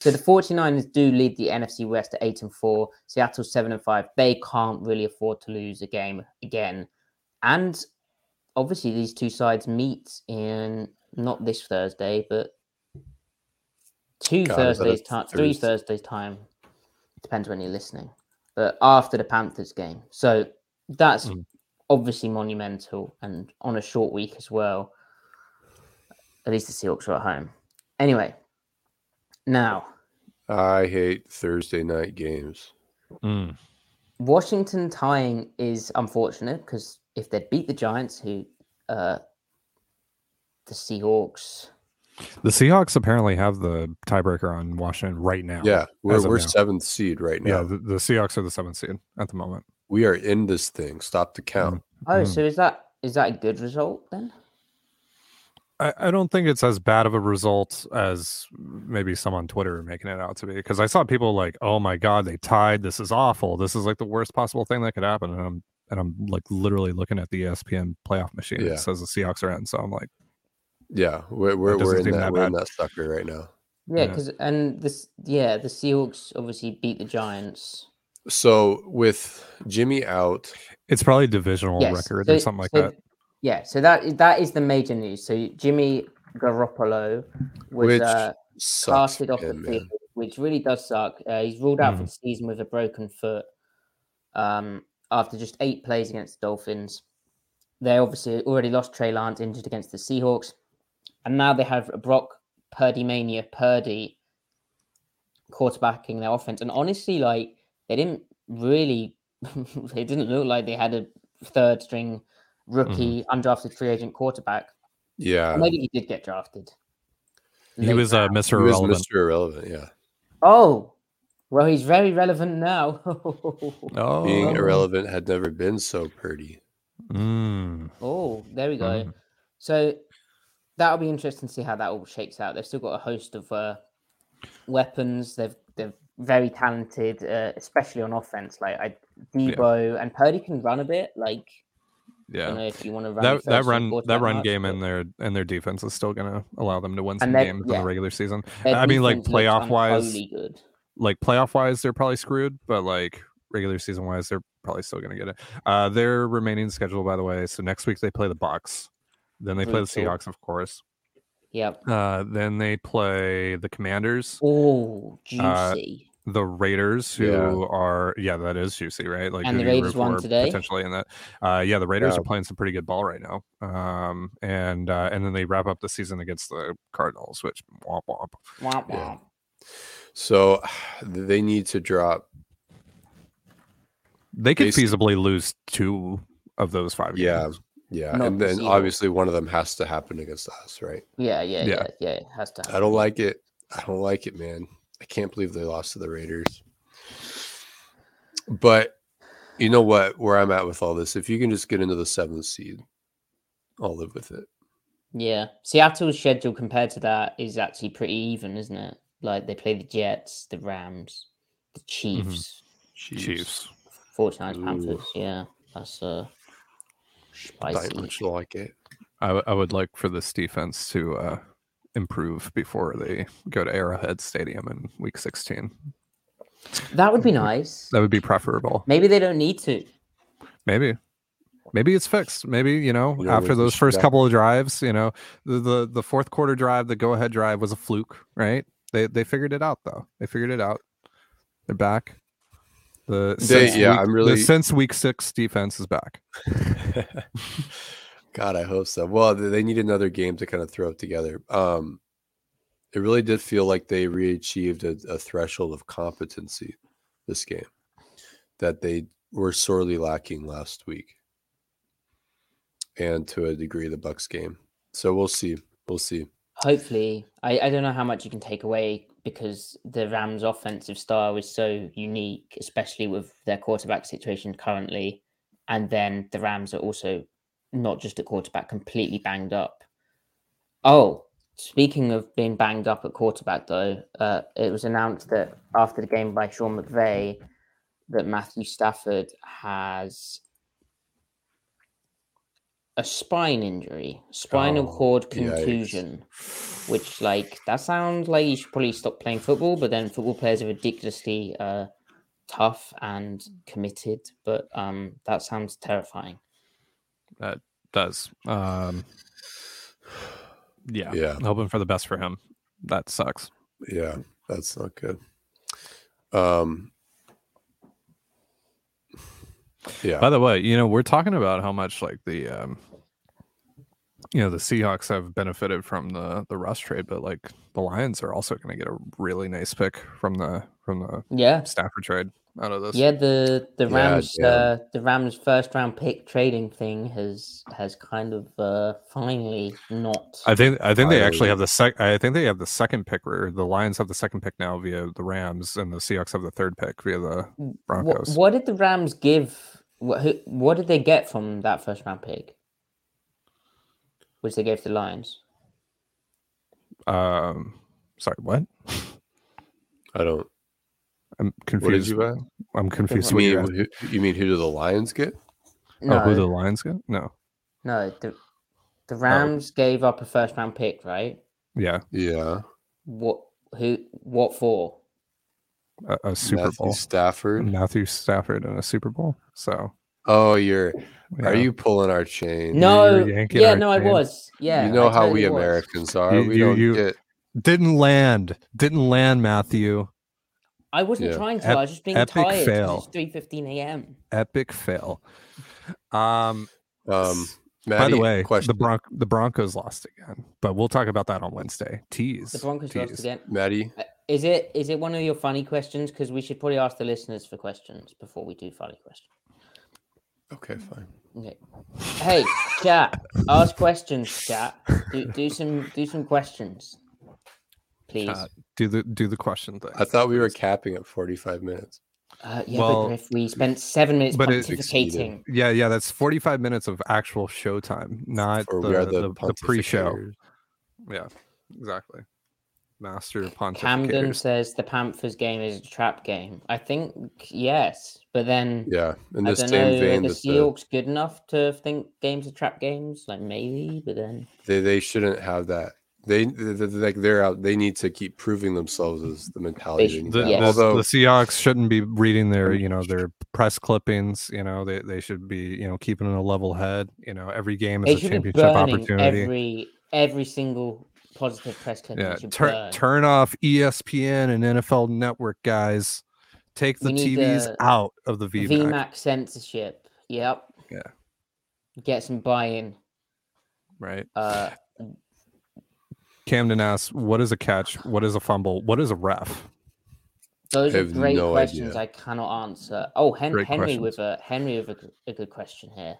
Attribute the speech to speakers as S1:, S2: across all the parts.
S1: So the 49ers do lead the NFC West at 8 and 4, Seattle 7 and 5. They can't really afford to lose a game again. And obviously these two sides meet in not this Thursday, but two
S2: God, is that
S1: Thursdays
S2: a
S1: time, three
S2: Thursday?
S1: Thursdays time. Depends when you're listening. But after the Panthers game. So that's
S2: Mm.
S1: obviously monumental and on a short week as well. At least the Seahawks are at home. Anyway, now
S2: I hate Thursday night games.
S3: Mm.
S1: Washington tying is unfortunate because if they beat the Giants, who uh, the Seahawks,
S3: The Seahawks apparently have the tiebreaker on Washington right now.
S2: Yeah,
S3: As
S2: we're
S3: of
S2: we're
S3: now.
S2: seventh seed right
S3: Yeah.
S2: now.
S3: The, the Seahawks are the seventh seed at the moment.
S2: we are in this thing. Stop the count.
S1: oh,
S3: Mm.
S1: so is that is that a good result then?
S3: I, I don't think it's as bad of a result as maybe some on Twitter are making it out to be because I saw people like, "Oh my God, they tied! This is awful! This is like the worst possible thing that could happen." And I'm and I'm like literally looking at the E ESPN playoff machine.
S2: Yeah.
S3: It says the Seahawks are in, so I'm like,
S2: Yeah, we're we're,
S3: doesn't
S2: we're in
S3: seem
S2: that,
S3: Mm-hmm. that
S2: we're in
S3: bad.
S2: that sucker right now.
S1: Yeah,
S3: Yeah.
S1: because and this yeah the Seahawks obviously beat the Giants.
S2: So with Jimmy out,
S3: it's probably divisional record
S1: so-
S3: or something like
S1: so-
S3: that.
S1: Yeah, so that i- that is the major news. So Jimmy Garoppolo was
S2: Which
S1: uh,
S2: sucks
S1: casted off the
S2: him,
S1: field,
S2: man. Mm.
S1: which really does suck. Uh, he's ruled out for the season with a broken foot um, after just eight plays against the Dolphins. They obviously already lost Trey Lance injured against the Seahawks, and now they have Brock Purdy mania Purdy quarterbacking their offense. And honestly, like they didn't really, they didn't look like they had a third string rookie
S2: Mm-hmm.
S1: undrafted free agent quarterback.
S2: yeah,
S1: Maybe he did get drafted.
S3: He
S1: late
S3: was uh,
S2: Uh, he
S3: Mr.
S2: was
S3: Irrelevant.
S2: Mr. Irrelevant. Yeah,
S1: Oh, well, he's very relevant now.
S3: Oh,
S2: being irrelevant had never been so pretty.
S3: Mm.
S1: oh, there we go.
S3: Mhm.
S1: So that'll be interesting to see how that all shakes out. They've still got a host of uh, weapons. They've they're very talented, uh, especially on offense. Like I, Debo and Purdy can run a bit. Like I
S3: Yeah.
S1: don't know if you want to run
S3: that
S1: first
S3: that
S1: and
S3: run that
S1: quarterback
S3: run
S1: much,
S3: game
S1: but
S3: and their and their defense is still going to allow them to win some
S1: And that-
S3: games in
S1: yeah.
S3: the regular season.
S1: their
S3: I mean, like
S1: defense looks
S3: playoff wise,
S1: unholy good.
S3: like playoff wise, they're probably screwed, but like regular season wise, they're probably still going to get it. Uh, their remaining schedule, by the way, so next week they play the Bucks, then they play the
S1: Brutal.
S3: Seahawks, of course,
S1: Yep.
S3: uh, then they play the Commanders,
S1: Oh, juicy.
S3: Uh, the Raiders, who
S2: Yeah.
S3: are yeah, that is juicy, right? Like
S1: And
S3: who
S1: the
S3: do you
S1: Raiders
S3: root
S1: won
S3: for
S1: today?
S3: potentially in that. Uh, yeah, the Raiders
S2: Yeah.
S3: are playing some pretty good ball right now, um, and uh, and then they wrap up the season against the Cardinals, which womp womp.
S1: Womp
S2: yeah.
S1: womp.
S2: So they need to drop.
S3: They could
S2: They s-
S3: feasibly lose two of those five.
S2: Yeah,
S3: games.
S2: yeah,
S1: Not
S2: and
S1: the
S2: then
S1: Seahawks.
S2: obviously one of them has to happen against us, right?
S1: Yeah, yeah,
S3: Yeah.
S1: yeah, yeah. It has to.
S2: I don't like it. I don't like it, man. I can't believe they lost to the Raiders. But you know what? Where I'm at with all this, if you can just get into the seventh seed, I'll live with it.
S1: Yeah, Seattle's schedule compared to that is actually pretty even, isn't it? Like they play the Jets, the Rams, the Chiefs,
S2: Jeez.
S3: Chiefs.
S1: 49ers,
S2: Ooh.
S1: Panthers. Yeah, that's uh,
S2: Not
S1: spicy.
S2: much like it.
S3: I, w- I would like for this defense to uh, improve before they go to Arrowhead Stadium in Week 16.
S1: That would be nice.
S3: That would be preferable,
S1: Maybe they don't need to.
S3: maybe. maybe it's fixed. Maybe you know,
S2: You know,
S3: after
S2: we- we
S3: those
S2: should
S3: first
S2: not-
S3: couple of drives, you know, the, the the fourth quarter drive, the go ahead drive was a fluke, right? They they figured it out though. They figured it out. They're back. The
S2: They-
S3: since
S2: yeah,
S3: week-
S2: I'm
S3: the
S2: really-
S3: since week six defense is back.
S2: God, I hope so. Well, th- they need another game to kind of throw it together. Um, it really did feel like they re-achieved a, a threshold of competency this game that they were sorely lacking last week, and to a degree, the Bucks game. So we'll see. We'll see.
S1: Hopefully, I, I don't know how much you can take away because the Rams' offensive style is so unique, especially with their quarterback situation currently. And then the Rams are also not just at quarterback, completely banged up. Oh, speaking of being banged up at quarterback, though, uh, it was announced that after the game by Sean McVay that Matthew Stafford has a spine injury, spinal
S2: Oh,
S1: cord
S2: yikes.
S1: contusion which like that sounds like you should probably stop playing football but then football players are ridiculously uh tough and committed but um that sounds terrifying
S3: Does um, yeah,
S2: Yeah.
S3: hoping for the best for him. That sucks.
S2: Yeah, that's not good. Um. Yeah.
S3: By the way, you know, we're talking about how much like the um you know, the Seahawks have benefited from the the Russ trade, but like the Lions are also going to get a really nice pick from the from the
S1: yeah
S3: Stafford trade out of this.
S1: yeah the the
S2: Yeah,
S1: rams
S2: yeah.
S1: uh the rams first round pick trading thing has has kind of uh finally not
S3: I think I think they
S2: I-
S3: actually have the sec I think they have the second pick or the Lions have the second pick now via the Rams and the Seahawks have the third pick via the
S1: Wha-
S3: Broncos.
S1: what did the rams give what, who, what did they get from that first round pick which they gave the lions
S3: Um sorry, what?
S2: I don't.
S3: I'm
S2: What did
S3: confused.
S2: you buy?
S3: I'm confused.
S2: You
S3: what
S2: mean
S3: you're asking.
S2: who, you mean who do the Lions get?
S3: Oh, who the Oh. Lions get? No.
S1: No, the the Rams gave up a first round pick, right?
S3: Yeah,
S2: Yeah.
S1: What who what for?
S3: a, a Super
S2: Matthew
S3: Bowl.
S2: Stafford.
S3: Matthew Stafford in a Super Bowl. So
S2: Oh, you're
S3: yeah.
S2: are you pulling our chain?
S1: No,
S3: yanking
S1: yeah,
S3: our
S1: no, I
S3: chain.
S1: was. Yeah,
S2: you know
S1: I
S2: how
S1: totally
S2: we
S1: was.
S2: Americans are.
S3: You-
S2: we
S3: you-
S2: don't
S3: you-
S2: get
S3: didn't land? Didn't land, Matthew.
S1: I wasn't
S2: Yeah.
S1: trying to.
S3: Ep-
S1: I was just being
S3: epic
S1: tired. 'cause
S3: fail.
S1: It's three fifteen a.m.
S3: Epic fail. Um.
S2: um Maddie,
S3: by the way,
S2: question
S3: the Bron- the Broncos lost again, but we'll talk about that on Wednesday. Tease.
S1: The Broncos
S3: tease.
S1: lost again.
S2: Maddie.
S1: Is it is it one of your funny questions? Because we should probably ask the listeners for questions before we do funny questions.
S2: Okay, fine.
S1: Okay. Hey, chat, ask questions, chat. Do, do some do some questions, please.
S3: Chat. Do the do the question thing.
S2: I thought we were capping at 45 minutes.
S1: Uh, yeah,
S3: Well,
S1: but if we spent seven minutes
S3: but it
S1: pontificating,
S3: yeah, yeah, that's forty five minutes of actual showtime, not
S2: Or
S3: the,
S2: we are
S3: the,
S2: the,
S3: the pre-show.
S2: pontificators.
S3: Yeah, exactly. Master
S1: Camden
S3: pontificators.
S1: says the Panthers game is a trap game. I think yes, but then
S2: Yeah, in
S1: I
S2: the
S1: don't
S2: same
S1: know. Are
S2: vein
S1: the
S2: that the-
S1: Seahawks good enough to think games are trap games? Like maybe, but then
S2: they they shouldn't have that. They th- th- like they're out. They need to keep proving themselves as the mentality. They
S1: should-
S2: need
S3: the,
S2: to have.
S1: Yes.
S3: the-
S2: Although
S3: the Seahawks shouldn't be reading their,
S2: Mm.
S3: you know, their press clippings. You know, they, they should be, you know, keeping a level head. You know, every game
S1: they
S3: is a
S1: should be
S3: championship
S1: burning
S3: opportunity.
S1: every every single positive press clip.
S3: yeah,
S1: should
S3: turn
S1: burn.
S3: turn off E ESPN and NFL Network, guys. Take the
S1: We need
S3: TVs
S1: the
S3: out of the VMAC.
S1: VMAC censorship. Yep.
S3: Yeah.
S1: Get some buy-in.
S3: Right.
S1: Uh,
S3: Camden asks, "What is a catch? What is a fumble? What is a ref?"
S1: Those
S2: I
S1: are
S2: have
S1: great
S2: no
S1: questions
S2: idea.
S1: I cannot answer. Oh, Hen-
S3: Great
S1: Henry with a Henry with a, g- a good question here.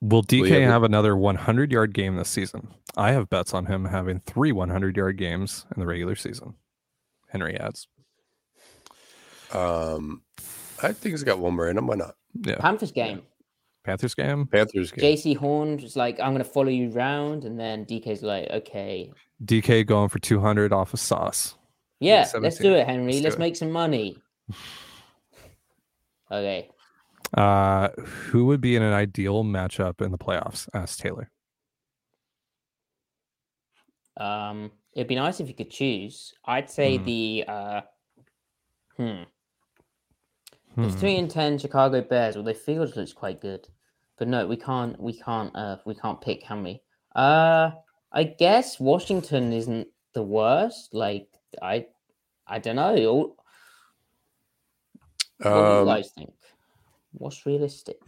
S3: Will DK
S2: yeah, but-
S3: have another 100 yard game this season? I have bets on him having three 100 yard games in the regular season. Henry adds,
S2: um, I think it's got one more in them. Why not?
S3: Uh, "Yeah,
S1: Panthers game.
S3: Panthers game.
S2: Panthers game.
S1: JC Horn was like, "I'm gonna follow you round," and then DK's like, "Okay,
S3: DK going for 200 off of Sauce.
S1: yeah, let's
S3: 17.
S1: do it, Henry.
S3: Let's
S1: Let's,
S3: do it."
S1: make some money." okay,
S3: Uh, who would be in an ideal matchup in the playoffs? Asked Taylor.
S1: um, it'd be nice if you could choose. I'd say hmm, the uh, hmm, It's three and ten Chicago Bears. Well, their field looks quite good, but no, we can't. We can't. Uh, we can't pick, can we? Uh, I guess Washington isn't the worst. Like I, I don't know. All- What do you
S2: Um,
S1: guys think? What's realistic?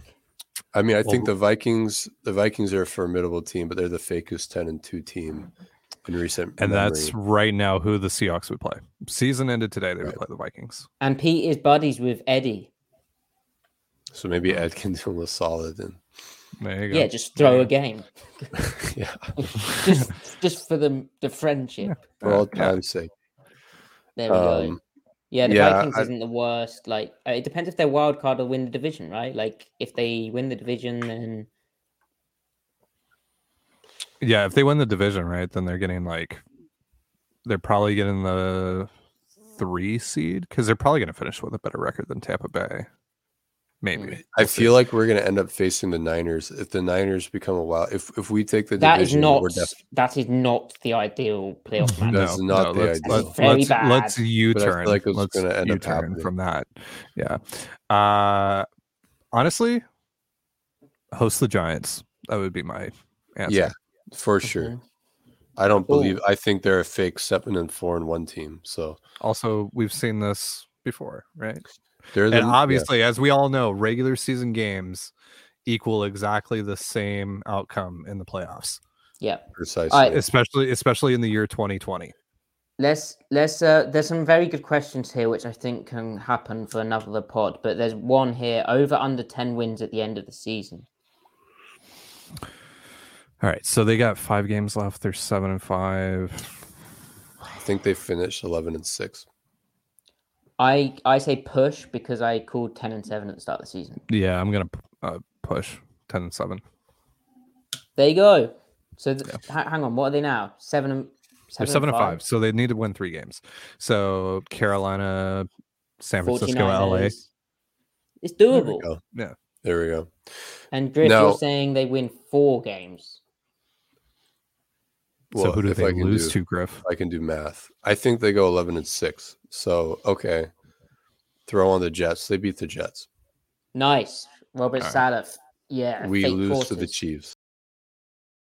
S2: I mean, I think
S3: Well-
S2: the Vikings, the Vikings are a formidable team, but they're the fakest ten and two team in recent.
S3: And that's
S2: memory.
S3: right now who the Seahawks would play. Season ended today. They would
S2: Right.
S3: play the Vikings.
S1: And Pete is buddies with Eddie.
S2: so maybe Atkins and LaSala then.
S3: There you go.
S1: Yeah, just throw a game,
S2: yeah,
S1: just just for the the friendship.
S2: for all
S3: Yeah.
S2: time's sake.
S1: There we go.
S2: Um,
S1: Yeah, the
S2: yeah,
S1: Vikings
S2: I-
S1: isn't the worst. Like, uh, it depends if they're wild card or win the division, right? Like, if they win the division, then
S3: Yeah, if they win the division, right, then they're getting like they're probably getting the three seed because they're probably going to finish with a better record than Tampa Bay. Maybe
S2: I feel like we're going to end up facing the Niners if the Niners become a wild. If if we take the
S1: that is
S2: division,
S1: not
S2: we're def-
S1: that is not the ideal playoff matchup.
S2: That's
S3: No,
S2: not
S3: no,
S2: the
S3: let's,
S2: ideal.
S3: Let's,
S1: Very
S3: let's,
S1: bad.
S3: let's
S1: But I
S3: U-turn.
S2: like it's
S3: let's
S2: gonna end up
S3: U-turn
S2: happening.
S3: from that. Yeah. Uh, honestly, host the Giants. That would be my answer.
S2: yeah, for sure.
S1: Mhm.
S2: I don't
S1: Cool.
S2: believe. I think they're a fake seven and four and one team. So
S3: Also, we've seen this before, right?
S2: they're the
S3: And
S2: yeah.
S3: obviously, as we all know, regular season games equal exactly the same outcome in the playoffs,
S1: Yeah,
S2: precisely.
S1: All right.
S3: especially especially in the year 2020.
S1: let's let's. Uh, there's some very good questions here, which I think can happen for another pod. But there's one here: over under ten wins at the end of the season.
S3: All right, so they got five games left. They're seven and five.
S2: I think they finished eleven and six.
S1: I I say push because I called ten and seven at the start of the season.
S3: Yeah, I'm gonna uh, push ten and seven.
S1: There you go. So th- ha- hang on, what are they now? Seven and
S3: They're
S1: seven,
S3: seven and five, so they need to win three games. So Carolina, San Francisco, LA.
S1: 49ers. It's doable.
S2: go.
S3: Yeah.
S2: There we go.
S1: And Griff,
S2: No.
S1: you're saying they win four games.
S3: so who do
S2: if
S3: they
S2: I can
S3: lose
S2: do-
S3: to, Griff?
S2: I can do math. I think they go 11 and 6. So, okay. Throw on the Jets. They beat the Jets.
S1: Nice, Robert
S3: All right.
S1: Salaf. Yeah,
S2: we
S1: fake
S2: lose to the
S1: horses.
S2: Chiefs.